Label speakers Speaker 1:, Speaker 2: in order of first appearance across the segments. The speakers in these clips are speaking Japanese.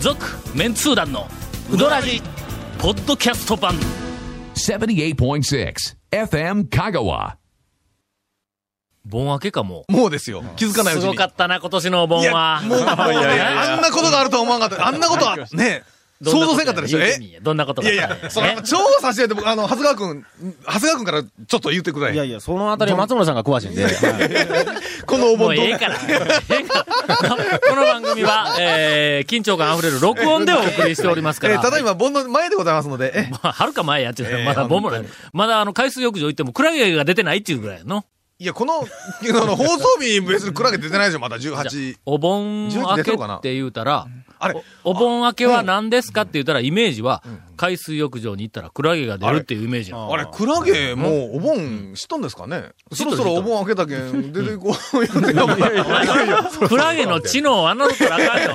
Speaker 1: 続メンツー団のウドラジポッドキャスト版
Speaker 2: 78.6 FM Kagawa.
Speaker 1: 盆明けかも
Speaker 3: もうですよ。気づかないう
Speaker 1: す
Speaker 3: ちに。
Speaker 1: ごかったな今年の盆
Speaker 3: い
Speaker 1: は
Speaker 3: や、もう、 あんなことがあるとは思わなかった。あんなこと は、ね、想像せんかったでしょ。え
Speaker 1: えどんなこと
Speaker 3: い
Speaker 1: が
Speaker 3: やいや、そ
Speaker 1: ね
Speaker 3: の、超差し上げて、僕、あの、長谷川くん、長谷川くんからちょっと言ってくださ
Speaker 4: いや
Speaker 3: い。
Speaker 4: いや、そのあたりは松村さんが詳しいんで。はい
Speaker 3: このお
Speaker 1: も
Speaker 3: 盆
Speaker 1: う
Speaker 3: ど
Speaker 1: ええ から。ええから。この番組は、えー緊張感あふれる録音でお送りしておりますか
Speaker 3: え
Speaker 1: ら。
Speaker 3: ーただいま、盆の前でございますので、え
Speaker 1: まあ、はるか前やっちゅうの
Speaker 3: ええ
Speaker 1: まだボムな
Speaker 3: 本
Speaker 1: い。まだあの、海水浴場行ってもクラゲが出てないっていうぐらいの。
Speaker 3: いや、この、あの、放送日、別にクラゲ出てないでしょ、まだ
Speaker 1: じゃ
Speaker 3: 18
Speaker 1: あ。お盆
Speaker 3: 10
Speaker 1: 明
Speaker 3: 出
Speaker 1: け
Speaker 3: て
Speaker 1: っ
Speaker 3: るかな
Speaker 1: て言うたら、
Speaker 3: あれ、
Speaker 1: おお盆明けは何ですかって言ったら、イメージは、海水浴場に行ったらクラゲが出るっていうイメージなの
Speaker 3: あれ、クラゲ、もう、お盆、知ったんですかねそろそろお盆開けたけん、出ていこう、言ってたもん
Speaker 1: クラゲの知能を侮ったらあかんよ。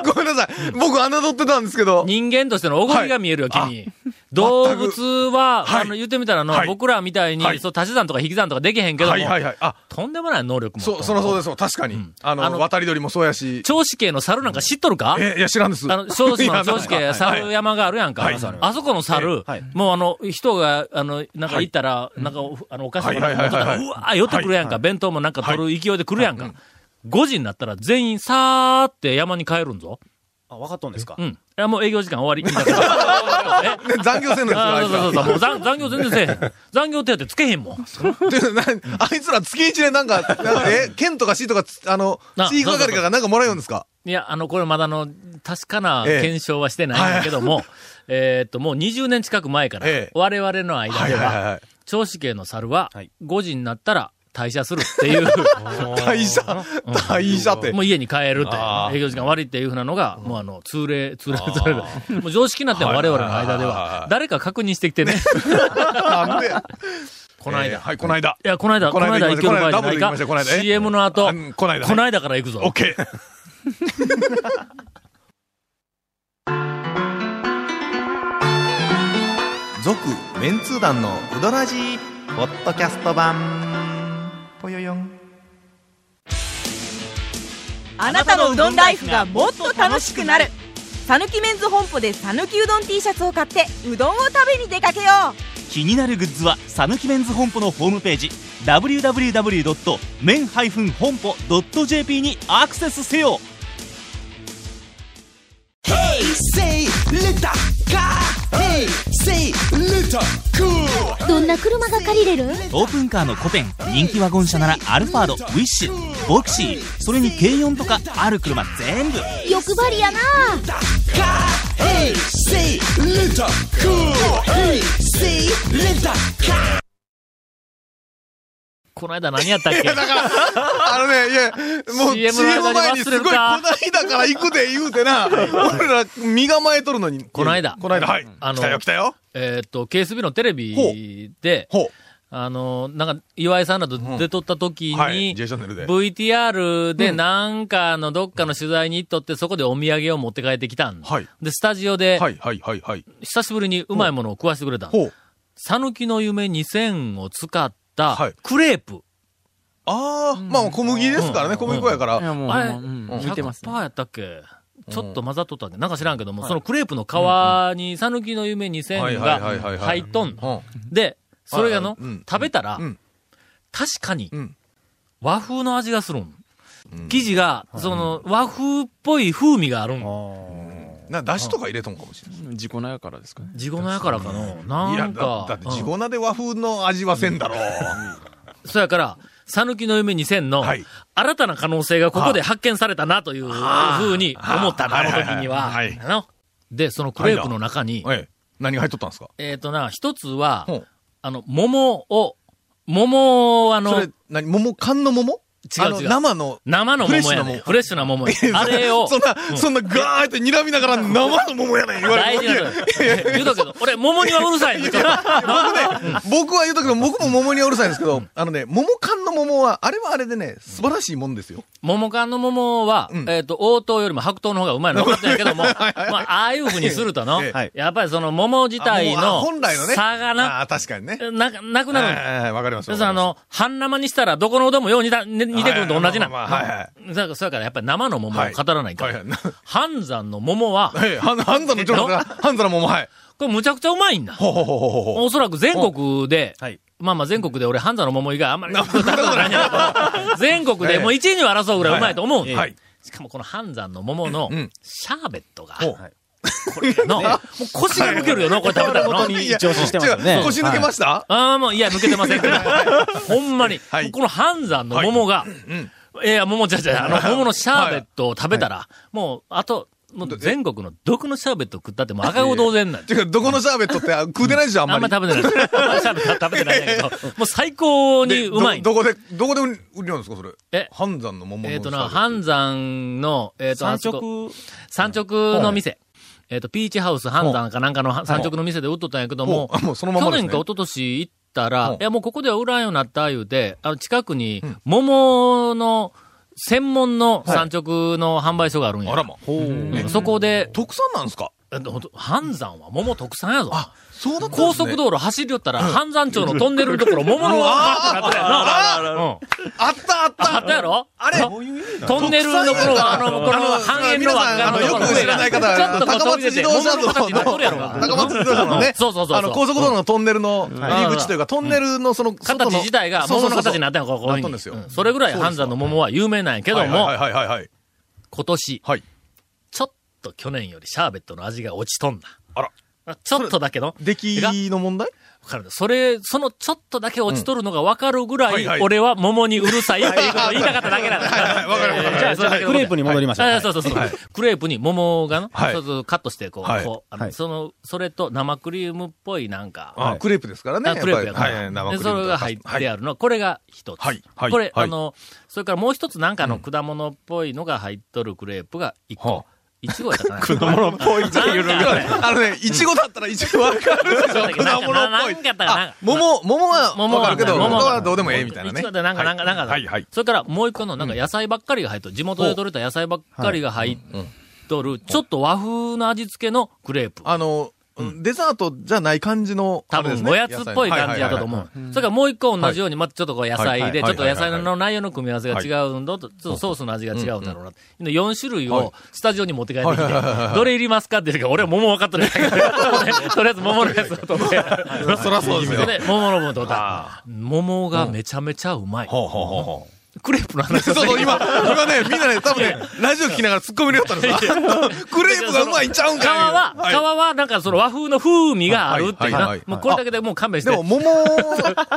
Speaker 3: ごめんなさい。僕、侮ってたんですけど。
Speaker 1: 人間としてのおごりが見えるよ、君。動物は、
Speaker 3: はい
Speaker 1: あの、言ってみたらの、
Speaker 3: はい
Speaker 1: 僕らみたいに、
Speaker 3: はい
Speaker 1: そう、足し算とか引き算とかできへんけども、
Speaker 3: はいはいはい。あ、
Speaker 1: とんでもない能力も。
Speaker 3: そう、そらそうですよ。確かに。あの、
Speaker 1: あの
Speaker 3: 渡り鳥もそうやし。
Speaker 1: 長子系の猿なんか知っとるか
Speaker 3: え、いや、知らんです。
Speaker 1: あの、小子
Speaker 3: い
Speaker 1: の
Speaker 3: や
Speaker 1: 長子系、猿山があるやんか。
Speaker 3: はい
Speaker 1: あそこの猿、
Speaker 4: はい
Speaker 1: もうあの、人が、あの、なんか行ったら、なんか、あの、お菓子とか
Speaker 3: はいは
Speaker 1: 持
Speaker 3: いはいはい
Speaker 1: ってたらうわー、寄ってくるやんか。弁当もなんか取る勢いで来るやんか。5時になったら全員さーって山に帰るんぞ。
Speaker 4: あ、分かっとんですか
Speaker 1: うん。いやもう営業時間終わり。 みたいなえ
Speaker 3: ね残業せんのですよ、
Speaker 1: あ
Speaker 3: あ
Speaker 1: ー
Speaker 3: い
Speaker 1: そうそう
Speaker 3: つ
Speaker 1: そ
Speaker 3: ら
Speaker 1: う。もう残残業全然せえへん。残業手当つけへんもん。
Speaker 3: でなあいつら月一でなんか、なんか え、県とか市とかつ、あの
Speaker 1: な、
Speaker 3: 地域係からなんかもらえるんですか
Speaker 1: いや、あの、これまだあの、確かな
Speaker 3: ええ
Speaker 1: 検証はしてないんだけども、えーっと、もう20年近く前から
Speaker 3: ええ、
Speaker 1: 我々の間
Speaker 3: はい
Speaker 1: で
Speaker 3: はい
Speaker 1: は、
Speaker 3: はい。
Speaker 1: 長子系の猿は
Speaker 4: はい、
Speaker 1: 5時になったら退社するって いう、
Speaker 3: 退社、退社って
Speaker 1: も。う家に帰るって
Speaker 3: あ、ー
Speaker 1: 営業時間悪いっていうふうなのが、もうあの、通例、通例、通例。もう常識になっても我々の間で
Speaker 3: はいはいはいは
Speaker 1: は、
Speaker 3: い
Speaker 1: 誰か確認してきて ね、
Speaker 3: なんで
Speaker 1: この
Speaker 3: えー
Speaker 1: 間。
Speaker 3: はい、この間。
Speaker 1: いや、この間、こ
Speaker 3: こ
Speaker 1: の
Speaker 3: の
Speaker 1: 間
Speaker 3: 間
Speaker 1: 行ける場合じゃない
Speaker 3: ダブルで行きましょうこ
Speaker 1: か
Speaker 3: の間。え
Speaker 1: CM の後
Speaker 3: あ、んこの間。
Speaker 1: この間から行くぞ
Speaker 3: オッ。ケー。
Speaker 5: 続メンツー団のウドラジーポッドキャスト版ぽよよん
Speaker 6: あなたのうどんライフがもっと楽しくなるさぬきメンズ本舗でさぬきうどん T シャツを買ってうどんを食べに出かけよう
Speaker 7: 気になるグッズはさぬきメンズ本舗のホームページ www.men-honpo.jp にアクセスせよ
Speaker 8: どんな車が借りれる
Speaker 7: オープンカーの古典人気ワゴン車ならアルファードウィッシュボクシーそれに軽4とかある車全部
Speaker 8: 欲張りやな
Speaker 1: この間何やったっけ
Speaker 3: だから、あのね、いや、 も
Speaker 1: CM の
Speaker 3: う CM 前
Speaker 1: 間に忘
Speaker 3: にす
Speaker 1: れ
Speaker 3: ごい、
Speaker 1: る
Speaker 3: こ
Speaker 1: か
Speaker 3: ないだから行くで言うて な、俺ら身構えとるのに。
Speaker 1: こないだ
Speaker 3: こないだ、はい。
Speaker 1: あの
Speaker 3: 来たよ、来たよ。
Speaker 1: えーっと、KSB のテレビで、
Speaker 3: ほう。
Speaker 1: あの、なんか、岩井さんらと出とった時に、
Speaker 3: はい、J チャンネルで。
Speaker 1: VTR でなんかのどっかの取材に行っとって、そこでお土産を持って帰ってきたん。
Speaker 3: はい
Speaker 1: で、スタジオで、
Speaker 3: はい、はい、はい、はい。
Speaker 1: 久しぶりにうまいものを食わしてくれたん。
Speaker 3: ほう。
Speaker 1: さぬきの夢2000を使った
Speaker 3: はい
Speaker 1: クレープ。
Speaker 3: ああ、まあ小麦ですからね、小麦粉やから。
Speaker 9: もう
Speaker 1: あれ
Speaker 9: もううん
Speaker 1: 100%
Speaker 9: 見てますね。
Speaker 1: やったっけちょっと混ざっとったっけなんか知らんけども、そのクレープの皮にさぬきの夢
Speaker 3: はい
Speaker 1: 2000
Speaker 3: はいはいはいは
Speaker 1: が
Speaker 3: い
Speaker 1: 入っとん
Speaker 3: う。ん
Speaker 1: で、それがの
Speaker 3: はいはいうん、
Speaker 1: 食べたら
Speaker 3: うん、
Speaker 1: 確かに
Speaker 3: うん
Speaker 1: 和風の味がするん。生地が、その、和風っぽい風味があるん。
Speaker 3: な、だしとか入れとんかもしれない。
Speaker 9: 自己なやからですかね。
Speaker 1: 地粉やからかの。
Speaker 3: い
Speaker 1: な
Speaker 3: や、
Speaker 1: ん
Speaker 3: だ
Speaker 1: か
Speaker 3: だっ、て、
Speaker 1: うん
Speaker 3: 地粉で和風の味はせんだろう。
Speaker 1: そやから、さぬきの夢2000の
Speaker 3: はい、
Speaker 1: 新たな可能性がここで発見されたなというふうに思ったな、あの時には。
Speaker 3: はいはい
Speaker 1: あので、そのクレープの中に、
Speaker 3: ええ。何が入っとったんですか
Speaker 1: えっ、とな、一つは
Speaker 3: ほ、う
Speaker 1: あの、桃を、桃をあ
Speaker 3: そ
Speaker 1: の、違
Speaker 3: れ、何桃缶の桃あ
Speaker 1: う
Speaker 3: の
Speaker 1: 違う。
Speaker 3: 生の。
Speaker 1: 生の桃やね。フ
Speaker 3: フ
Speaker 1: レッシュな桃や。あれを、
Speaker 3: そんな、そんなガーって睨みながら生の桃やねん言わ れ
Speaker 1: 大
Speaker 3: て
Speaker 1: 事なの。言うとくけど、俺、桃にはうるさいの。ちょっと
Speaker 3: 僕は言うとくけど、僕も桃にはうるさいんですけど、あのね、桃缶の桃は、あれはあれでね、素晴らしいもんですよ。
Speaker 1: 桃缶の桃は、
Speaker 3: うん
Speaker 1: えっ、と、応答よりも白桃の方がう まいの分かってるけども、まあ、ああいう風にするとの、
Speaker 3: え
Speaker 4: え
Speaker 1: やっぱりその桃自体
Speaker 3: あもう
Speaker 1: の
Speaker 3: あ本来のね。
Speaker 1: 差がな、
Speaker 3: ああ、確かにね。
Speaker 1: な、なくなるの。
Speaker 3: ああわかります。
Speaker 1: 要するにあの、半生にしたらどこのうどんもよう似た、ね、似てくるのと同じな。
Speaker 3: まあまあはいは
Speaker 1: だから、そやからやっぱり生の桃を語らないか
Speaker 3: はい
Speaker 1: ら
Speaker 3: はい。
Speaker 1: 半山の桃は、
Speaker 3: はい。 ハンハンザのちょっと、ハンザのもも、はい。
Speaker 1: これむちゃくちゃうまいんだ。
Speaker 3: ほうほうほうほうほう。
Speaker 1: おそらく全国で、
Speaker 4: はい
Speaker 1: まあまあ全国で俺、半沢の桃以外あんまり食べたことないんやけ ど、全国でもう1位には争うぐらいうまいと思う、
Speaker 3: はいはい
Speaker 1: しかもこの半沢の桃の
Speaker 3: ん
Speaker 1: シャーベットが、
Speaker 3: ほう
Speaker 1: これやの、もう腰が抜けるよの、これ食べたら
Speaker 4: 本当
Speaker 1: の。
Speaker 4: に一押ししてますよね。
Speaker 3: 違う腰抜けま
Speaker 4: し
Speaker 3: した
Speaker 1: ああ、もう、いや、抜けてませ んけど、ほんまに、
Speaker 3: はい
Speaker 1: この半沢の桃が、いや、桃じゃじゃ、あの、桃のシャーベットを食べたら、もう、あと、もう全国の毒のシャーベットを食ったってもう赤子同然なん
Speaker 3: ていうか、どこのシャーベットってあ食うてないでしょ、あん
Speaker 1: あ
Speaker 3: ま
Speaker 1: んま
Speaker 3: り。
Speaker 1: り食べてない。シャーベットは食べてないんだけど、もう最高に
Speaker 3: で
Speaker 1: うまい。
Speaker 3: どどこで、どこで売りなんですか、それ。
Speaker 1: え
Speaker 3: 半山の桃の。
Speaker 1: えっ、とな、半山の、えっ、と、あ
Speaker 4: 三
Speaker 1: そこ
Speaker 4: 直。
Speaker 1: 山直の店。えっ、と、ピーチハウス半山かなんかのは山直の店で売っとったんやけども
Speaker 3: ほうあ、もうそのまま
Speaker 1: 去
Speaker 3: です
Speaker 1: 年
Speaker 3: ね
Speaker 1: か一昨年行ったら
Speaker 3: ほう、
Speaker 1: いやもうここでは売らんようになった言うて、あの近くに桃の専門の山直の販売所があるんや。
Speaker 3: あらま。
Speaker 1: うんそこで、
Speaker 3: 特産なんですか
Speaker 1: えっとほんと半山は桃特産やぞ。
Speaker 3: そうだったんですね
Speaker 1: 高速道路走りよったら、半山町のトンネルのところ、桃のバーってなってたやろ。
Speaker 3: あったあっ
Speaker 1: あ
Speaker 3: た
Speaker 1: ったやろあれトンネルのところは、あの、この半円の輪っかのところ
Speaker 3: 皆さんあのよく知らない方
Speaker 1: ちょっとこう
Speaker 3: 高松
Speaker 1: 飛び出て
Speaker 3: 自動車
Speaker 1: 桃
Speaker 3: 道の
Speaker 1: の形になっとるやろが、
Speaker 3: 高松自動車のね
Speaker 1: そうそうそうそう。
Speaker 3: あの、高速道路のトンネルの入り口というか、トンネルのその、外の
Speaker 1: 形自体が桃の形になったんや、こうこういうふ
Speaker 3: なっ
Speaker 1: う
Speaker 3: たん
Speaker 1: に
Speaker 3: ですよ
Speaker 1: うんそれぐらい半山の桃は有名なんやけ
Speaker 3: け
Speaker 1: ども
Speaker 3: はい、はいはいはい。
Speaker 1: 今年、
Speaker 3: はい
Speaker 1: ちょっと去年よりシャーベットの味が落ちとんだ。
Speaker 3: あら
Speaker 1: ちょっとだけど。
Speaker 3: 出来の問題
Speaker 1: わかるそれ、そのちょっとだけ落ちとるのがわかるぐら、
Speaker 3: うんはいはいい
Speaker 1: 俺は桃にうるさいっていうことを言いたかっただけなんだ。わかる
Speaker 4: じゃあ、じゃあクレープに戻りましょう。
Speaker 1: あそうそうそう。クレープに桃がの、
Speaker 3: はい
Speaker 1: そうそうカットして、こう、
Speaker 3: はい
Speaker 1: こうあの
Speaker 4: はい
Speaker 1: その、それと生クリームっぽいなんか、
Speaker 3: あ、クレープですからね。
Speaker 1: あクレープ
Speaker 3: や
Speaker 1: や
Speaker 3: っ
Speaker 1: か
Speaker 3: ぱ
Speaker 1: ら
Speaker 3: りはいはい、生
Speaker 1: で
Speaker 3: クリーム
Speaker 1: それが入ってあるの、これが一つ。
Speaker 3: はいはい
Speaker 1: これ、
Speaker 3: はい
Speaker 1: あの、それからもう一つなんかの果物っぽいのが入っとるクレープが一個。いちごやったかな果物っぽいっていうの
Speaker 3: あのね、いちごだったらいちごわかるでしょ。 果物っぽい
Speaker 1: なんかなんか。なんか
Speaker 3: あ、桃、桃は
Speaker 1: 桃
Speaker 3: わかるけど、
Speaker 1: 桃
Speaker 3: 桃はどうでもええみたいなね。
Speaker 1: いちごでなんか、なんか、なんか、
Speaker 3: はいはい。
Speaker 1: それからもう一個の、なんか野菜ばっかりが入っとる、地元で採れた野菜ばっかりが入っとる、ちょっと和風の味付けのクレープ。
Speaker 3: あの、うんデザートじゃない感じの。
Speaker 1: 多
Speaker 3: あれです
Speaker 1: 分、
Speaker 3: ね
Speaker 1: おやつっぽい感じやったと思。う。それからもう一個同じように、またちょっとこう野菜で、ちょ
Speaker 3: は
Speaker 1: っ
Speaker 3: い
Speaker 1: と野菜の内容の組み合わせが違うのと、ちょっとソースの味が違うんだろうな。4種類をスタジオに持って帰ってきて、どれいりますかって言うから、俺は桃分かっとる やんとりあえず桃のやつを取って。
Speaker 3: そらそうですよ。
Speaker 1: で、桃の分取った。桃がめちゃめちゃうまい。
Speaker 3: ほうほうほうほう。
Speaker 1: クレープの話
Speaker 3: そ
Speaker 1: を
Speaker 3: うそう、今、今ね、みんなね、多分ね、ラジオ聞きながら突っ込み入れよったんですよクレープがうまいんちゃうん
Speaker 1: 皮
Speaker 3: かい
Speaker 1: は、皮
Speaker 3: い
Speaker 1: はなんかその和風の風味があるっていう
Speaker 3: はい
Speaker 1: な
Speaker 3: はいはい。
Speaker 1: もうこれだけでもう勘弁して。
Speaker 3: でも、桃、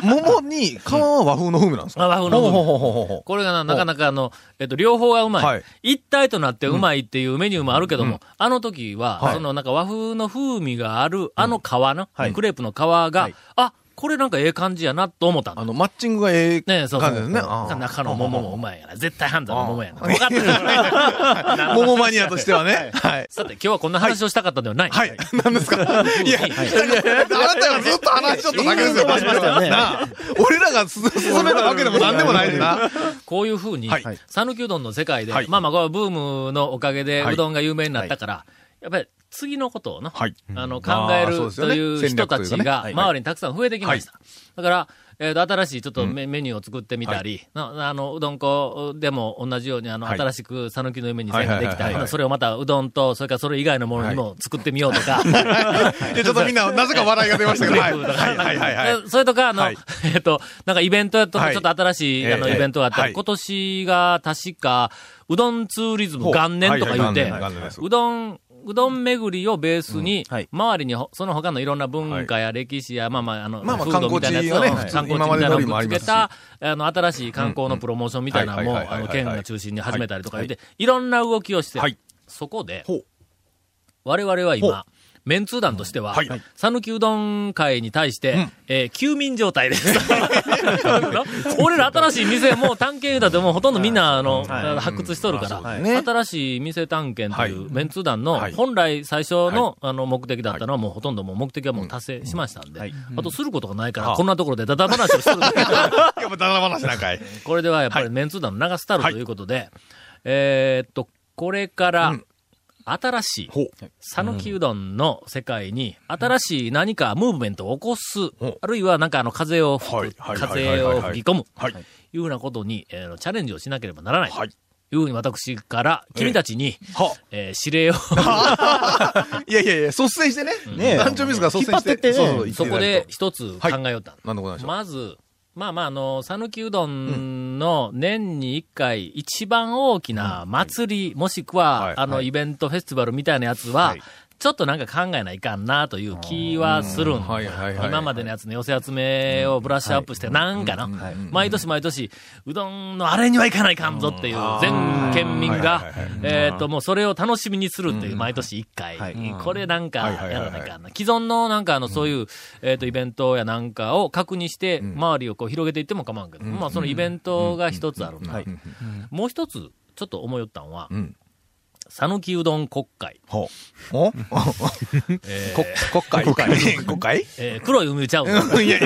Speaker 3: 桃に皮は和風の風味なんですか
Speaker 1: あ和風の風味。
Speaker 3: ほうほうほうほう
Speaker 1: これがな、なかなかあの、えっと、両方がうまい,、
Speaker 3: はい
Speaker 1: 一体となってうまいっていうメニューもあるけども、あの時は、
Speaker 3: はい
Speaker 1: そのなんか和風の風味がある、あの皮の、
Speaker 4: はい
Speaker 1: クレープの皮が、あ、これなんかええ感じやなと思ったの
Speaker 3: あの、マッチングがええ
Speaker 1: ねえ、そうそう。
Speaker 3: 感じですねあー
Speaker 1: 中の桃もうまいやな。絶対半沢の桃やな。
Speaker 3: あー
Speaker 1: 分かってるよね
Speaker 3: 桃マニアとしてはね。はい。
Speaker 1: さて、今日はこんな話をしたかったんではない。
Speaker 3: はい。何ですかいや、あなたがずっと話しとっただけですよ、
Speaker 4: 延々と話しましたよね
Speaker 3: なあ俺らが進めたわけでも何でもないしな。
Speaker 1: こういうふうに
Speaker 3: はい、
Speaker 1: 讃岐うどんの世界で
Speaker 3: は、い
Speaker 1: まあまあ、これはブームのおかげで
Speaker 3: はいう
Speaker 1: どんが有名になったから、やっぱり次のことをな、
Speaker 3: はい。
Speaker 1: あの、考
Speaker 3: まあ
Speaker 1: える
Speaker 3: そうです
Speaker 1: と
Speaker 3: よね
Speaker 1: いう
Speaker 3: 戦
Speaker 1: 人
Speaker 3: 略と
Speaker 1: た
Speaker 3: いう
Speaker 1: ち
Speaker 3: かね
Speaker 1: が、
Speaker 3: はい
Speaker 1: 周りにたくさん増えてきました。だから、えっと、新しいちょっとメメニューを作ってみたり、なあの、うどん粉でも同じように、あの、
Speaker 3: はい
Speaker 1: 新しく讃岐の夢に線ができ
Speaker 3: はいはいはい
Speaker 1: た
Speaker 3: は
Speaker 1: り、
Speaker 3: い
Speaker 1: それをまたうどんと、それからそれ以外のものにも作ってみようとか、
Speaker 3: いやちょっとみんな、なぜか笑いが出ましたけど、はい。
Speaker 1: グレープ
Speaker 3: はいはいはいはい。
Speaker 1: でそれとか、あの、
Speaker 3: はい
Speaker 1: えっと、なんかイベントやとか、
Speaker 3: はい
Speaker 1: ちょっと新しい、あの、
Speaker 3: ええ
Speaker 1: イベントがあったり、
Speaker 3: はい
Speaker 1: 今年が確か、うどんツーリズム元年とか言って、
Speaker 3: はいはい元年元年です
Speaker 1: うどん、うどん巡りをベースに、
Speaker 4: うんはい
Speaker 1: 周りにほその他のいろんな文化や歴史や、まあまあ、あの、
Speaker 3: まあまあ
Speaker 1: 風土みたいなやつを、
Speaker 3: 観光地をね
Speaker 1: 観光地みたいなのを
Speaker 3: 今まで通りも
Speaker 1: く
Speaker 3: あ
Speaker 1: っつ
Speaker 3: り
Speaker 1: け、
Speaker 3: ますした
Speaker 1: あの、新しい観光のプロモーションみたいなのも、
Speaker 3: うんうん
Speaker 1: あ
Speaker 3: うん
Speaker 1: の、
Speaker 3: はいはいはいはい
Speaker 1: 県が中心に始めたりとか言って、いろんな動きをして、
Speaker 3: はい
Speaker 1: そこで
Speaker 3: ほう、
Speaker 1: 我々は
Speaker 3: ほう
Speaker 1: 今、メンツー団としては
Speaker 3: はいはい、
Speaker 1: 讃岐うどん会に対して、えー休眠状態です。 俺ら新しい店、もう探検だってもうほとんどみんな、あの、
Speaker 4: はい
Speaker 1: 発掘しとるか
Speaker 3: うんまあ
Speaker 1: ら、
Speaker 3: そうですね
Speaker 1: 新しい店探検とい
Speaker 3: は
Speaker 1: う、メンツー団の
Speaker 3: はい
Speaker 1: 本来最初のあの目的だったのは、もうほとんどもう目的はもう達成しましたんで、あとすることがないから、こんなところでダダ話をしとるだけ
Speaker 3: やっぱダラ話なんかい。
Speaker 1: これではやっぱりメンツー団の長スタルということで、えーっと、これから、新しい、讃岐うどんの世界に、新しい何かムーブメントを起こす、
Speaker 3: ん
Speaker 1: あるいはなんかあの風を
Speaker 3: は
Speaker 1: 吹
Speaker 3: い
Speaker 1: く、
Speaker 3: はい
Speaker 1: 風を吹き込む、
Speaker 3: はい
Speaker 1: い、うふうなことに、えーチャレンジをしなければならない。
Speaker 3: はい
Speaker 1: いうふうに私から、君たちに、
Speaker 3: は
Speaker 1: えー指 令を、
Speaker 3: いやいやいや、率先してね。
Speaker 4: ねえ
Speaker 3: 団長自ら率先して。
Speaker 4: 引っ張ってってね
Speaker 3: そうそう、言って
Speaker 1: そ
Speaker 3: いた
Speaker 1: こ
Speaker 3: だ
Speaker 1: で
Speaker 3: くと。
Speaker 1: 一つ考えよった。
Speaker 3: なんでございましょう。
Speaker 1: まず、まあまあ、あの、讃岐うどんの年に一回、一番大きな祭り、もしくは、
Speaker 3: はい
Speaker 1: あの、
Speaker 3: はい
Speaker 1: イベント、フェスティバルみたいなやつは、
Speaker 3: はい
Speaker 1: ちょっとなんか考えないかんなという気はするん。
Speaker 3: はいはいはい
Speaker 1: 今までのやつの寄せ集めをブラッシュアップして、なんかな、毎年毎年、うどんのあれにはいかないかんぞっていう、全県民
Speaker 3: は
Speaker 1: が
Speaker 3: いはいはい、
Speaker 1: えっと、もうそれを楽しみにするっていう、毎年一回、これなんかやらないかんな。既存のなんかあの、そういう、えっと、イベントやなんかを確認して、周りをこう広げていっても構わんけど、まあそのイベントが一つあるんだ。もう一つ、ちょっと思いよったんは
Speaker 3: ん、
Speaker 1: 讃岐うどん国会。
Speaker 3: ほう。 お国会国会国会
Speaker 1: えー黒い海ちゃうの
Speaker 3: いやい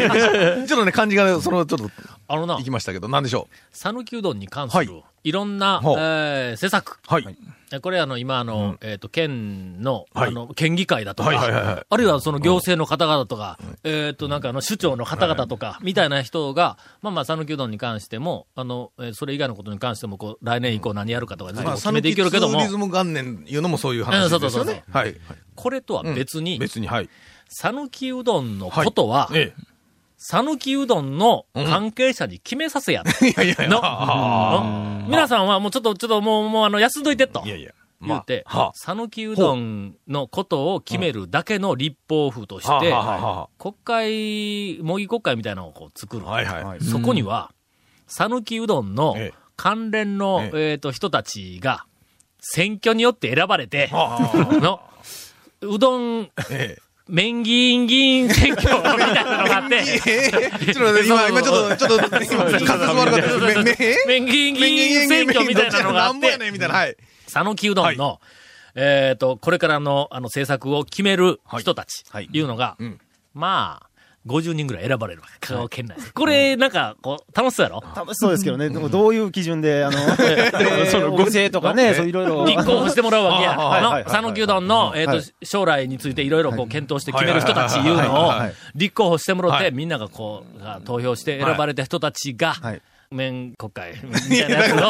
Speaker 3: や、ちょっとね、漢字が、その、ちょっと、
Speaker 1: あのな
Speaker 3: 行、きましたけど、なんでしょ
Speaker 1: 讃岐うどんに関する、、
Speaker 3: はい
Speaker 1: ろんな、え
Speaker 3: ほう
Speaker 1: ー施策。
Speaker 3: う。はい。
Speaker 1: えこれあの、今あの、えっ、と、県の、
Speaker 3: はい
Speaker 1: あの、県議会だとか、
Speaker 3: はいはいはいはい
Speaker 1: あるいはその行政の方々とか、えっ、と、なんかあの、首長の方々とか、みたいな人が、まあまあ、讃岐うどんに関しても、あの、えーそれ以外のことに関しても、こう、来年以降何やるかとか、ずっと
Speaker 3: まあ、
Speaker 1: 決
Speaker 3: サ
Speaker 1: め
Speaker 3: ヌ
Speaker 1: て
Speaker 3: キ
Speaker 1: い
Speaker 3: ツ
Speaker 1: けるけど
Speaker 3: ー
Speaker 1: も
Speaker 3: リ、ズム元年いうのもそういう
Speaker 1: うん
Speaker 3: 話
Speaker 1: そうそう
Speaker 3: です
Speaker 1: そう
Speaker 3: よ
Speaker 1: そう
Speaker 3: ね。はい。
Speaker 1: これとは別に、
Speaker 3: 別に、はい。
Speaker 1: 讃岐うどんのことは、
Speaker 3: え
Speaker 1: 讃岐うどんの関係者に決めさせやと。
Speaker 3: え。いやいやいや。
Speaker 1: の
Speaker 3: あ
Speaker 1: の皆さんはもうちょっと、ちょっともう、もうあの、休んどいてと。
Speaker 3: ーいやいや。
Speaker 1: 言うて
Speaker 3: まあはあ、
Speaker 1: 讃岐うどんのことを決めるだけの立法府として
Speaker 3: はあはあはあはあ、
Speaker 1: 国会、模擬国会みたいなのをこう作る。
Speaker 3: はいはい。
Speaker 1: そこには、讃岐うどんの
Speaker 3: ええ
Speaker 1: 関連の、
Speaker 3: え
Speaker 1: えっと、人たちが、選挙によって選ばれて、
Speaker 3: ああ
Speaker 1: の、うどん、
Speaker 3: え
Speaker 1: 免議員議員選挙みたいなのがあって、
Speaker 3: え。ちょっとね今、今ちょっと、ちょっと、今、滑舌悪かったです。め、め、え
Speaker 1: 免議員議員選挙みたいなのがあっ
Speaker 3: なんぼや
Speaker 1: て、
Speaker 3: ねんみたいな。はい。
Speaker 1: 讃岐うどんの、えっ、と、これからの、あの、政策を決める人たち、
Speaker 4: はい
Speaker 1: い、うのが、
Speaker 3: ん
Speaker 1: まあ、50人ぐらい選ばれるわけ。香川県内。これ、なんか、こう、楽しそうやろ
Speaker 4: 楽しそうですけどね、でもどういう基準で、あの、その、ご制とかね、そういろいろ。
Speaker 1: 立候補してもらうわけや。
Speaker 4: はいはいはい
Speaker 1: あの、讃岐うどんの、えっ、と、
Speaker 4: はい
Speaker 1: 将来についていろいろこう、検討して決める人たち
Speaker 3: はいいは
Speaker 1: う
Speaker 3: いはい
Speaker 1: のを
Speaker 4: はいはい、
Speaker 1: 立候補してもらっ
Speaker 3: は
Speaker 1: て、
Speaker 3: い
Speaker 1: みんながこう、が投票して選ばれた人たちが、
Speaker 4: はい
Speaker 1: 面国会みたいなやつを、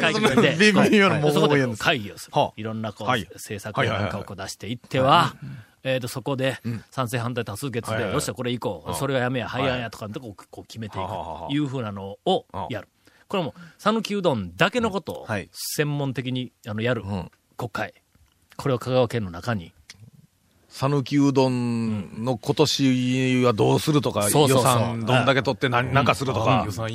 Speaker 1: 会議
Speaker 3: その微
Speaker 1: で、
Speaker 3: 妙なも
Speaker 1: そこ
Speaker 3: も
Speaker 1: で
Speaker 3: やんです。
Speaker 1: 会議をする
Speaker 3: はあ。
Speaker 1: いろんなこう、
Speaker 3: はい
Speaker 1: 政策なんかをこう出していっては、えー、とそこで賛成反対多数決
Speaker 3: はいはい
Speaker 1: で、
Speaker 3: はい
Speaker 1: よっしゃ、これ以降、それはやめや、廃案やとかのとここう決めていく
Speaker 3: はあはあ
Speaker 1: と
Speaker 3: はあ
Speaker 1: いうふうなのをやる。これはもう、讃岐うどんだけのことを
Speaker 4: はい
Speaker 1: 専門的にあのやる
Speaker 3: ん
Speaker 1: 国会。これを香川県の中に。
Speaker 3: 讃岐うどんの今年はどうするとか、
Speaker 1: そうそう
Speaker 3: 予
Speaker 1: そう
Speaker 3: 算どんだけ取って何、なんかするとか。
Speaker 1: 予算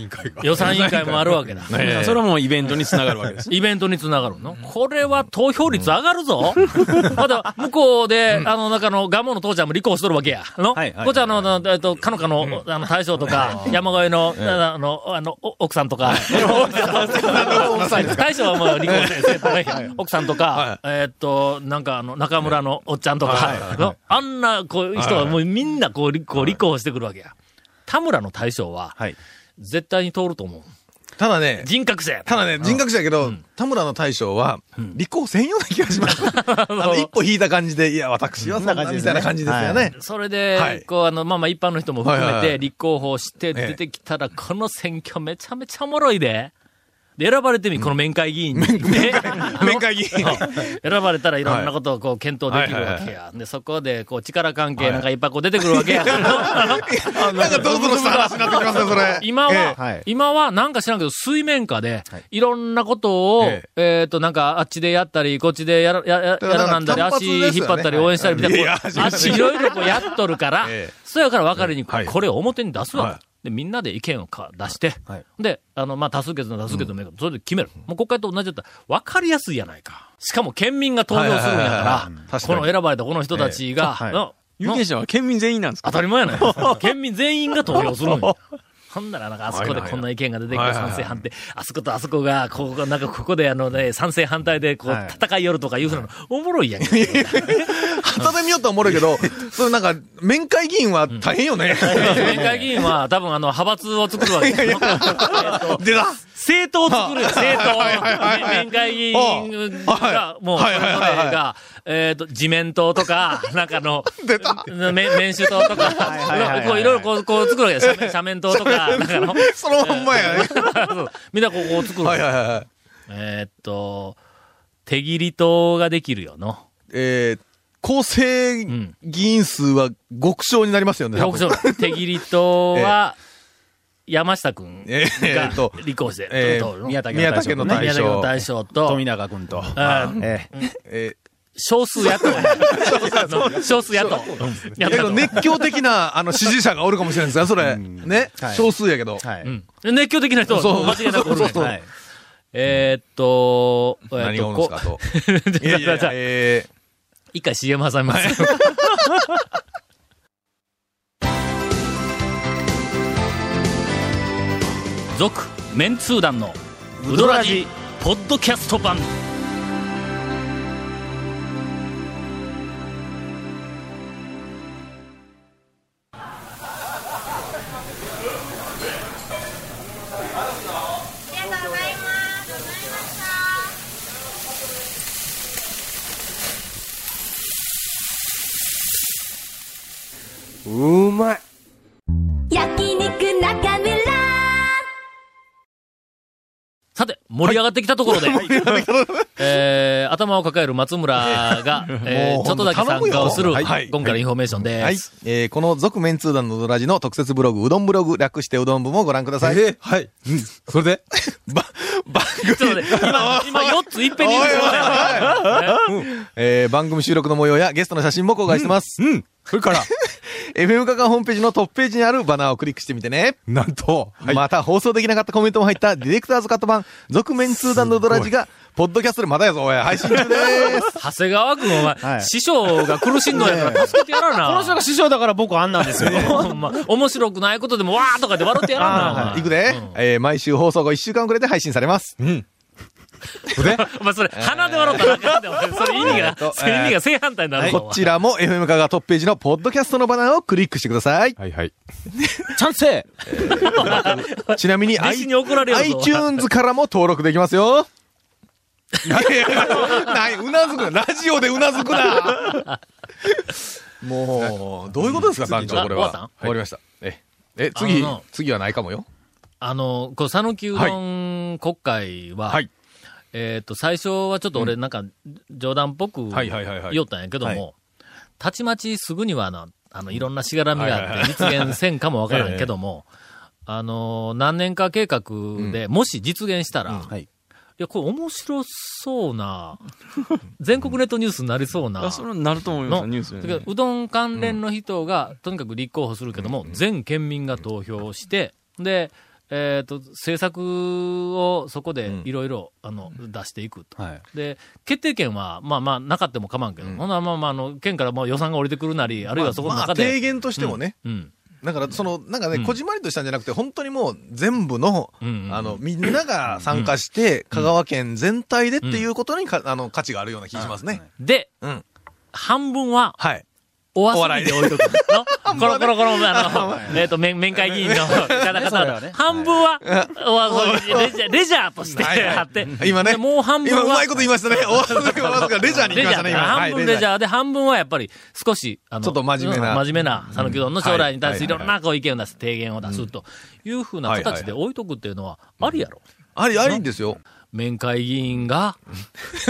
Speaker 1: 委員会もあるわけだ。
Speaker 3: ええ
Speaker 9: それもイベントにつながるわけです。
Speaker 1: イベントにつながるのこれは投票率上がる ぞ、まだ、向こうで、あの、中の、ガモの父ちゃんも立候補しとるわけや。の、
Speaker 4: はいはい
Speaker 1: こっちはあの、あのえっと、かのかの、あの、大将とか、山越えの、ああの、あの、お奥さんとか、大将はもう立候補してる、奥さんとか、えっと、なんかあの、中村のおっちゃんとか、のあんな、こう、人はもうみんな、こう、立こう立候補してくるわけや。田村の大将は、
Speaker 4: はい。
Speaker 1: 絶対に通ると思う。
Speaker 3: ただね、
Speaker 1: 人格者や。
Speaker 3: ただね、人格者やけど、田村の大将は、立候補専用な気がします。あ の、一歩引いた感じで、いや、私はそんな、みたいな感じですよね。
Speaker 1: それで、
Speaker 3: はい
Speaker 1: こう、あの、まあまあ一般の人も含
Speaker 3: はい
Speaker 1: め
Speaker 3: はいは
Speaker 1: て
Speaker 3: い
Speaker 1: 立候補して
Speaker 3: ええ
Speaker 1: 出てきたら、この選挙めちゃめちゃおもろいで。で、選ばれてみ、この面会議員に。ね
Speaker 3: 面会議員。
Speaker 1: 選ばれたらいろんなことをこう検討できるわけや。で、そこで、こう、力関係なんかいっぱいこう出てくるわけや。
Speaker 3: なんかドロドロした話になってきますね、それ。
Speaker 1: 今は、
Speaker 4: ええはい
Speaker 1: 今はなんか知らんけど、水面下で、いろんなことを、え
Speaker 3: え
Speaker 1: っ、と、なんか、あっちでやったり、こっちでやら、や、や
Speaker 3: だから
Speaker 1: やらなんだり、
Speaker 3: 単
Speaker 1: 足
Speaker 3: 発ですよね
Speaker 1: 引っ張ったり、応援したりみたいな、
Speaker 3: いや
Speaker 1: こう
Speaker 3: いや
Speaker 1: 足いろいろこうやっとるから、
Speaker 3: ええ
Speaker 1: そやから分かりにくい、
Speaker 3: ええはい
Speaker 1: これを表に出すわ、
Speaker 3: はい
Speaker 1: で、みんなで意見をか出して、
Speaker 4: はい
Speaker 1: で、あの、まあ、多数決の多数決の目が、それで決める。もう国会と同じだったら、分かりやすいやないか。しかも県民が投票するんやか
Speaker 3: はいはいは
Speaker 1: ら
Speaker 3: いはいうん、確か
Speaker 1: こ
Speaker 3: に
Speaker 1: の選ばれたこの人たちが、
Speaker 4: はい
Speaker 1: の
Speaker 9: 有権者は県民全員なんですか
Speaker 1: 当たり前やない県民全員が投票するんや。ほんなら、なんか、あそこでこんな意見が出てき
Speaker 3: は
Speaker 1: て、
Speaker 3: いはいはい
Speaker 1: 賛成反対。あそことあそこが、ここが、なんか、ここで、あのね、賛成反対で、こう
Speaker 4: はい、
Speaker 1: 戦い寄るとかいうふうなの、おもろいやんけ。
Speaker 3: 旗で見よったらおもろいけど、そのなんか、面会議員は大変よね。
Speaker 1: 県会議員は、多分、あの、派閥を作るわけですよ。
Speaker 3: 出た
Speaker 1: 政党を作るよ、政党。県民会議員が、もう、それぞれが、えっと、自民党と か、なんかあの、め民主党とか、こういろいろこう、こう作るわけですよ。斜面党とか、なんかあの、
Speaker 3: そのまんまや ね。
Speaker 1: そうみんなこうこう作るわ
Speaker 3: はい
Speaker 1: け。
Speaker 3: はいはい。
Speaker 1: えーっと、手切り党ができるよの。
Speaker 3: えー、構成議員数は極小になりますよね。多
Speaker 1: 僕
Speaker 3: 分
Speaker 1: そう手切り党 は、山下くん
Speaker 3: え
Speaker 1: が
Speaker 3: ーっと
Speaker 1: 立候補して、
Speaker 3: えー
Speaker 1: 党の
Speaker 4: 宮
Speaker 1: 宮
Speaker 4: 武
Speaker 3: 宮武の
Speaker 4: の大
Speaker 3: 大将
Speaker 4: 将とね
Speaker 1: 崎の大将と
Speaker 4: 富、永君と。
Speaker 1: あー
Speaker 4: ええ
Speaker 3: えー
Speaker 1: 少数 野党。あの 少数野党。野
Speaker 3: け
Speaker 1: 党
Speaker 3: ど熱狂的な、あの、支持者がおるかもしれないですが、それ。ね。
Speaker 4: はい
Speaker 3: 少数やけど。
Speaker 4: は
Speaker 1: う
Speaker 4: い。
Speaker 1: ん熱狂的な人は
Speaker 3: そう
Speaker 1: 間違いなくおるね
Speaker 3: そうそう
Speaker 4: はい。
Speaker 1: えーっと、えーっ
Speaker 3: 何がおるんですか、。
Speaker 1: こと
Speaker 3: い やいやいや、え
Speaker 1: 一回 CM 挟み ます。続、メンツー団の、ウドラジ、ポッドキャスト版。
Speaker 8: 焼肉中村
Speaker 1: さて、盛り上がってきたところで、えー、頭を抱える松村が、えー、
Speaker 3: もう
Speaker 1: ちょっとだけ参加をする、
Speaker 3: 頼む
Speaker 1: は
Speaker 3: よはいい
Speaker 1: 今回のインフォメーションです。
Speaker 3: はい。えーこの続メンツー団のうどらじの特設ブログ、うどんブログ、略してうどん部もご覧ください。えはい。それでば、番組。
Speaker 1: ちょっと待って今、今4ついっぺんに言うてもらったよ
Speaker 3: えー番組収録の模様やゲストの写真も公開してます。うん。それから、FM カカホームページのトップページにあるバナーをクリックしてみてね。なんと、また放送できなかったコメントも入ったディレクターズカット版、続面通談のドラジが、ポッドキャストでまだやぞ、おい、配信中でーす。
Speaker 1: 長谷川君、お前、
Speaker 4: はい
Speaker 1: 師匠が苦しんどんやから助けてやらな。
Speaker 4: この人が師匠だから僕あんなんで すよ。
Speaker 1: ほんま面白くないことでも、わーとかで笑ってやらんな。お前
Speaker 3: いくで、えー毎週放送後1週間くらいで配信されます。
Speaker 1: お前それ、鼻で笑ったらあかんで、お前それ意味
Speaker 3: えー
Speaker 1: が、
Speaker 3: っと
Speaker 1: それ意味が正反対になるぞ。
Speaker 3: こちらも FM カカトップページのポッドキャストのバナーをクリックしてください。
Speaker 2: はい はい。
Speaker 4: チャンス
Speaker 3: ちな みに、
Speaker 1: 弟子に怒られるぞ
Speaker 3: iTunes からも登録できますよ。いやいやない、うなずくな。ラジオでうなずくな。もう、どういうことですか、団長、これ
Speaker 1: あ
Speaker 3: は。
Speaker 1: 終わっ
Speaker 3: 終わりました。え、え、
Speaker 1: あ
Speaker 3: 次
Speaker 1: の、
Speaker 3: 次はないかもよ。
Speaker 1: あの、こう、讃岐うどん国会は、
Speaker 3: はい
Speaker 1: えっ、と、最初はちょっと俺なんか、冗談っぽく
Speaker 3: はいはいはいはい
Speaker 1: 言おったんやけども、たちまちすぐにはあの、あの、いろんなしがらみがあって、実現せんかもわからんけど も、あの、何年か計画で、もし実現したら、
Speaker 4: はい
Speaker 1: いや、これ面白そうな、全国ネットニュースになりそうな
Speaker 9: あ、、それなると思います、
Speaker 1: の
Speaker 9: ニュースで
Speaker 1: だ
Speaker 9: ね
Speaker 1: からうどん関連の人が、とにかく立候補するけども、全県民が投票して、で、えっ、と、政策をそこでいろいろ、あの、出していくと。
Speaker 4: はい。
Speaker 1: で、決定権は、まあまあ、なかったも構わんけど、ほな、まあまあ、あの、県からもう予算が降りてくるなり、あるいはそこの
Speaker 3: まあ
Speaker 1: 中で、
Speaker 3: 提言としてもね、
Speaker 1: うん。
Speaker 3: だから、その、なんかね、こじまりとしたんじゃなくて、本当にもう、全部の、
Speaker 1: うん
Speaker 3: あの、みんなが参加して、香川県全体でっていうことにか、あの、価値があるような気しますね。
Speaker 1: で、
Speaker 3: うん。
Speaker 1: 半分は、
Speaker 3: はい。
Speaker 1: お遊びで置い とくの。コロコロコロ、あの、えっと、面面会議員の方々、半分は、お遊び、レジャー、レジャーとしてあって、
Speaker 3: 今ね
Speaker 1: で。もう半分は、
Speaker 3: 今うまいこと言い ましたね。おわずかわずかレジャーに
Speaker 1: レ
Speaker 3: 行き
Speaker 1: ジ
Speaker 3: まし
Speaker 1: ャ
Speaker 3: た
Speaker 1: ー
Speaker 3: ね、
Speaker 1: ね、
Speaker 3: 今。は
Speaker 1: 半
Speaker 3: い
Speaker 1: 分レジ
Speaker 3: ー。
Speaker 1: ャーで、半分はやっぱり少し、あの、
Speaker 3: ちょっと真面目な
Speaker 1: うん真面目な、讃岐うどんの将来に対してい
Speaker 3: うんは
Speaker 1: ろん
Speaker 3: い
Speaker 1: なこう意見を出す、提言を出すというふうな形で置いとくっていうのは、ありやろ。
Speaker 3: あり、ありんですよ。
Speaker 1: 面会議員が、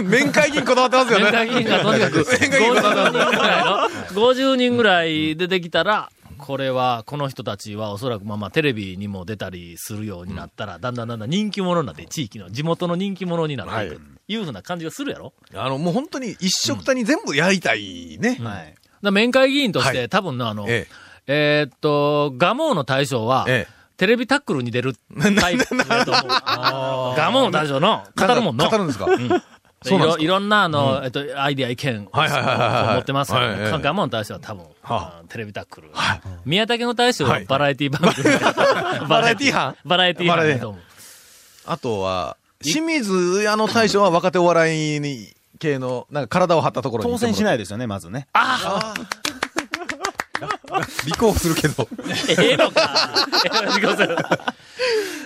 Speaker 3: 面会議員こだわってますよね。
Speaker 1: 面会議員がとにかく
Speaker 3: 面会議員こだわ
Speaker 1: 50人ぐらいの、50
Speaker 3: っ
Speaker 1: 人ぐらい出てきたら、これは、この人たちはおそらくまあまあテレビにも出たりするようになったら、だんだんだんだん人気者になって、地域の、地元の人気者になっていく、いうふうな感じがするやろ
Speaker 3: てあの、もう本当に一色たに全部やりたいね。
Speaker 4: はい。
Speaker 1: だから面会議員として、
Speaker 3: は
Speaker 1: 多分な、あの、え
Speaker 3: え
Speaker 1: ーっと、ガモーの大将は、
Speaker 3: え
Speaker 1: テレビタックルに出るタイ プだと思う。あーガモーの大将の、
Speaker 3: え。
Speaker 1: 語るもんの。
Speaker 3: 語るんですか
Speaker 1: いろいろんな、あの、えっと、アイディア、意見を
Speaker 3: はいはいはいはいはい
Speaker 1: 持ってますから、
Speaker 3: はいはいはい
Speaker 1: ガモン大将は多分、あのテレビタックル。宮武の大将はバラエティ番組。バ
Speaker 3: バラエティ班
Speaker 1: バラエティ班だと思う。
Speaker 3: あとは、清水屋の大将は若手お笑いに、系の、なんか体を張ったところに。。
Speaker 4: 当選しないいですよね、まずね。
Speaker 3: 離婚するけど。
Speaker 1: ええのか。ええのか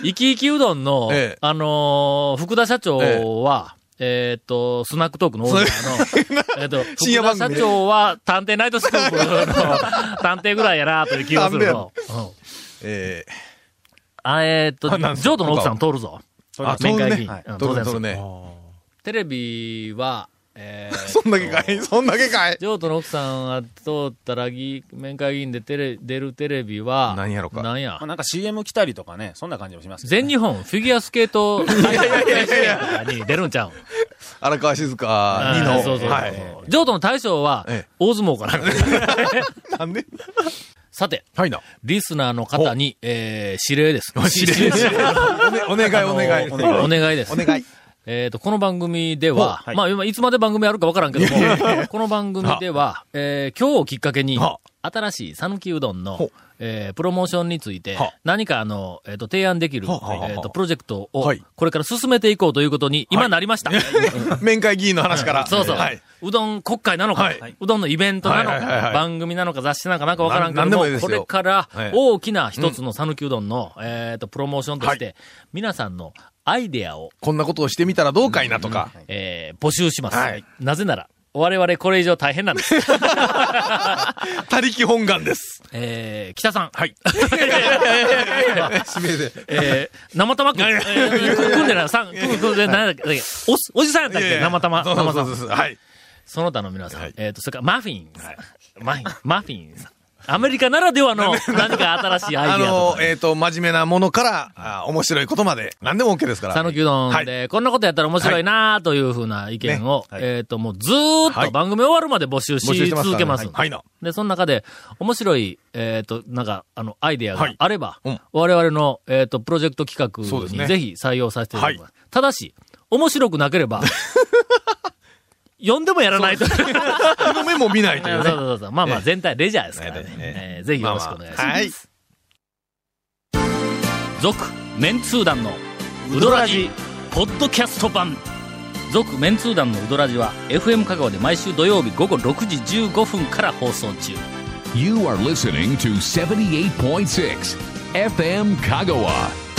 Speaker 1: 生き生きうどんの、
Speaker 3: ええ
Speaker 1: あのー福田社長は、えーっと、スナックトークのオーナー の、えーっと、
Speaker 3: 深夜
Speaker 1: 福田
Speaker 3: 番
Speaker 1: 社
Speaker 3: 組で
Speaker 1: 長は探偵ナイトスクープの探偵ぐらいやなという気がするの。うん
Speaker 3: え
Speaker 1: あえーっと、
Speaker 3: なんすか
Speaker 1: 譲渡の奥さん通るぞ。
Speaker 3: ー、あ、
Speaker 1: 面
Speaker 3: 取る
Speaker 1: 会議
Speaker 3: ね。
Speaker 1: 員うん
Speaker 3: 取
Speaker 1: 当然
Speaker 3: るね、取
Speaker 1: そ
Speaker 3: る
Speaker 1: う
Speaker 3: ね。
Speaker 1: テレビは、えー
Speaker 3: そんだけかいそんだけかい
Speaker 1: 譲渡の奥さんは通ったら議、面会議員でテレ、出るテレビは、
Speaker 3: 何やろか
Speaker 1: なんや
Speaker 4: まあ、。なんか CM 来たりとかね、そんな感じもしますけど
Speaker 1: 全日本フィギュアスケー ト大会選手権とかに出るんちゃうん
Speaker 3: 荒川静香に
Speaker 1: はい
Speaker 3: の。
Speaker 1: そうそうそう
Speaker 3: はい。
Speaker 1: 譲渡の大将は
Speaker 3: ええ、
Speaker 1: 大相撲か な。
Speaker 3: なんで
Speaker 1: さて、
Speaker 3: はいな。
Speaker 1: リスナーの方に、えー、指令です。
Speaker 3: 指令おねお願いお願い。
Speaker 4: あのー
Speaker 1: お願いです。
Speaker 3: お願い。
Speaker 1: えっと、この番組では、
Speaker 4: はい
Speaker 1: まあ、今いつまで番組あるかわからんけども、この番組では、えー今日をきっかけに
Speaker 3: は、
Speaker 1: 新しい讃岐うどんの
Speaker 3: ほ、
Speaker 1: えープロモーションについて
Speaker 3: は、
Speaker 1: 何かあの、えっ、と、提案できる、
Speaker 3: ははは
Speaker 1: えっ、と、プロジェクトを
Speaker 3: はい、
Speaker 1: これから進めていこうということに、今なりました。
Speaker 3: 面会議員の話から。
Speaker 1: そうそう、
Speaker 3: はい。
Speaker 1: うどん国会なのか、
Speaker 3: はいう
Speaker 1: どんのイベントなのか、
Speaker 3: はいはいはいはい
Speaker 1: 番組なのか雑誌なのかなんかわからんけど
Speaker 3: ななんで
Speaker 1: も、
Speaker 3: もいいです
Speaker 1: こ
Speaker 3: よ
Speaker 1: れから
Speaker 3: はい
Speaker 1: 大きな一つの讃岐うどんの、えっ、と、プロモーションとして、皆さんのアイデアを、
Speaker 3: こんなことをしてみたらどうかいなとか。
Speaker 1: えー募集します、
Speaker 3: はい
Speaker 1: なぜなら、我々これ以上大変なん です。
Speaker 3: 他力本願です。
Speaker 1: えー、北さん。はい。
Speaker 3: 指名で。
Speaker 1: えー、生玉くん。えー、組んでない。さん、組ん組んでない。なんだっけおす、おじさんやったっ
Speaker 3: いやい
Speaker 1: け
Speaker 3: や
Speaker 1: 生玉。
Speaker 3: そう
Speaker 1: 生
Speaker 3: そ
Speaker 1: 玉
Speaker 3: うそうそう。はい。
Speaker 1: その他の皆さん、
Speaker 3: はい
Speaker 1: えっ、と、それからマフィンさん、マフィン、マフィンさん。アメリカならでは の何か新しいアイ
Speaker 3: あ
Speaker 1: ディアと
Speaker 3: の
Speaker 1: か、
Speaker 3: ー、えっと、真面目なものから、あー面白いことまで、何でも OK ですから。
Speaker 1: 讃岐うどんで、こんなことやったら面白いなあというふうな意見を、
Speaker 3: ねはい
Speaker 1: えっ、と、もうずーっ
Speaker 3: は
Speaker 1: と
Speaker 3: い
Speaker 1: 番組終わるまで募集
Speaker 3: 募集
Speaker 1: し
Speaker 3: してますからね
Speaker 1: 続けます。
Speaker 3: はいはいな
Speaker 1: で、その中で、面白い、えっ、と、なんか、あの、アイディア
Speaker 3: は
Speaker 1: が
Speaker 3: い
Speaker 1: あれば、
Speaker 3: うん
Speaker 1: 我々の、えっ、と、プロジェクト企画
Speaker 3: そうです
Speaker 1: に
Speaker 3: ね
Speaker 1: ぜひ採用させていただきます。ただし、面白くなけれ ば、呼んでもやらないと。
Speaker 3: はい。の目も見ないとい
Speaker 1: そうう
Speaker 3: ね
Speaker 1: そうそうそう。まあまあ全体レジャーですからね
Speaker 3: え。え
Speaker 1: えーぜひよろしくお願いします。
Speaker 3: はい。
Speaker 1: 続、メンツー団のウドラジ、ポッドキャスト版。続、メンツー団のウドラジは FM 香川で毎週土曜日午後6時15分から放送中。
Speaker 2: You are listening to 78.6 FM Kagawa.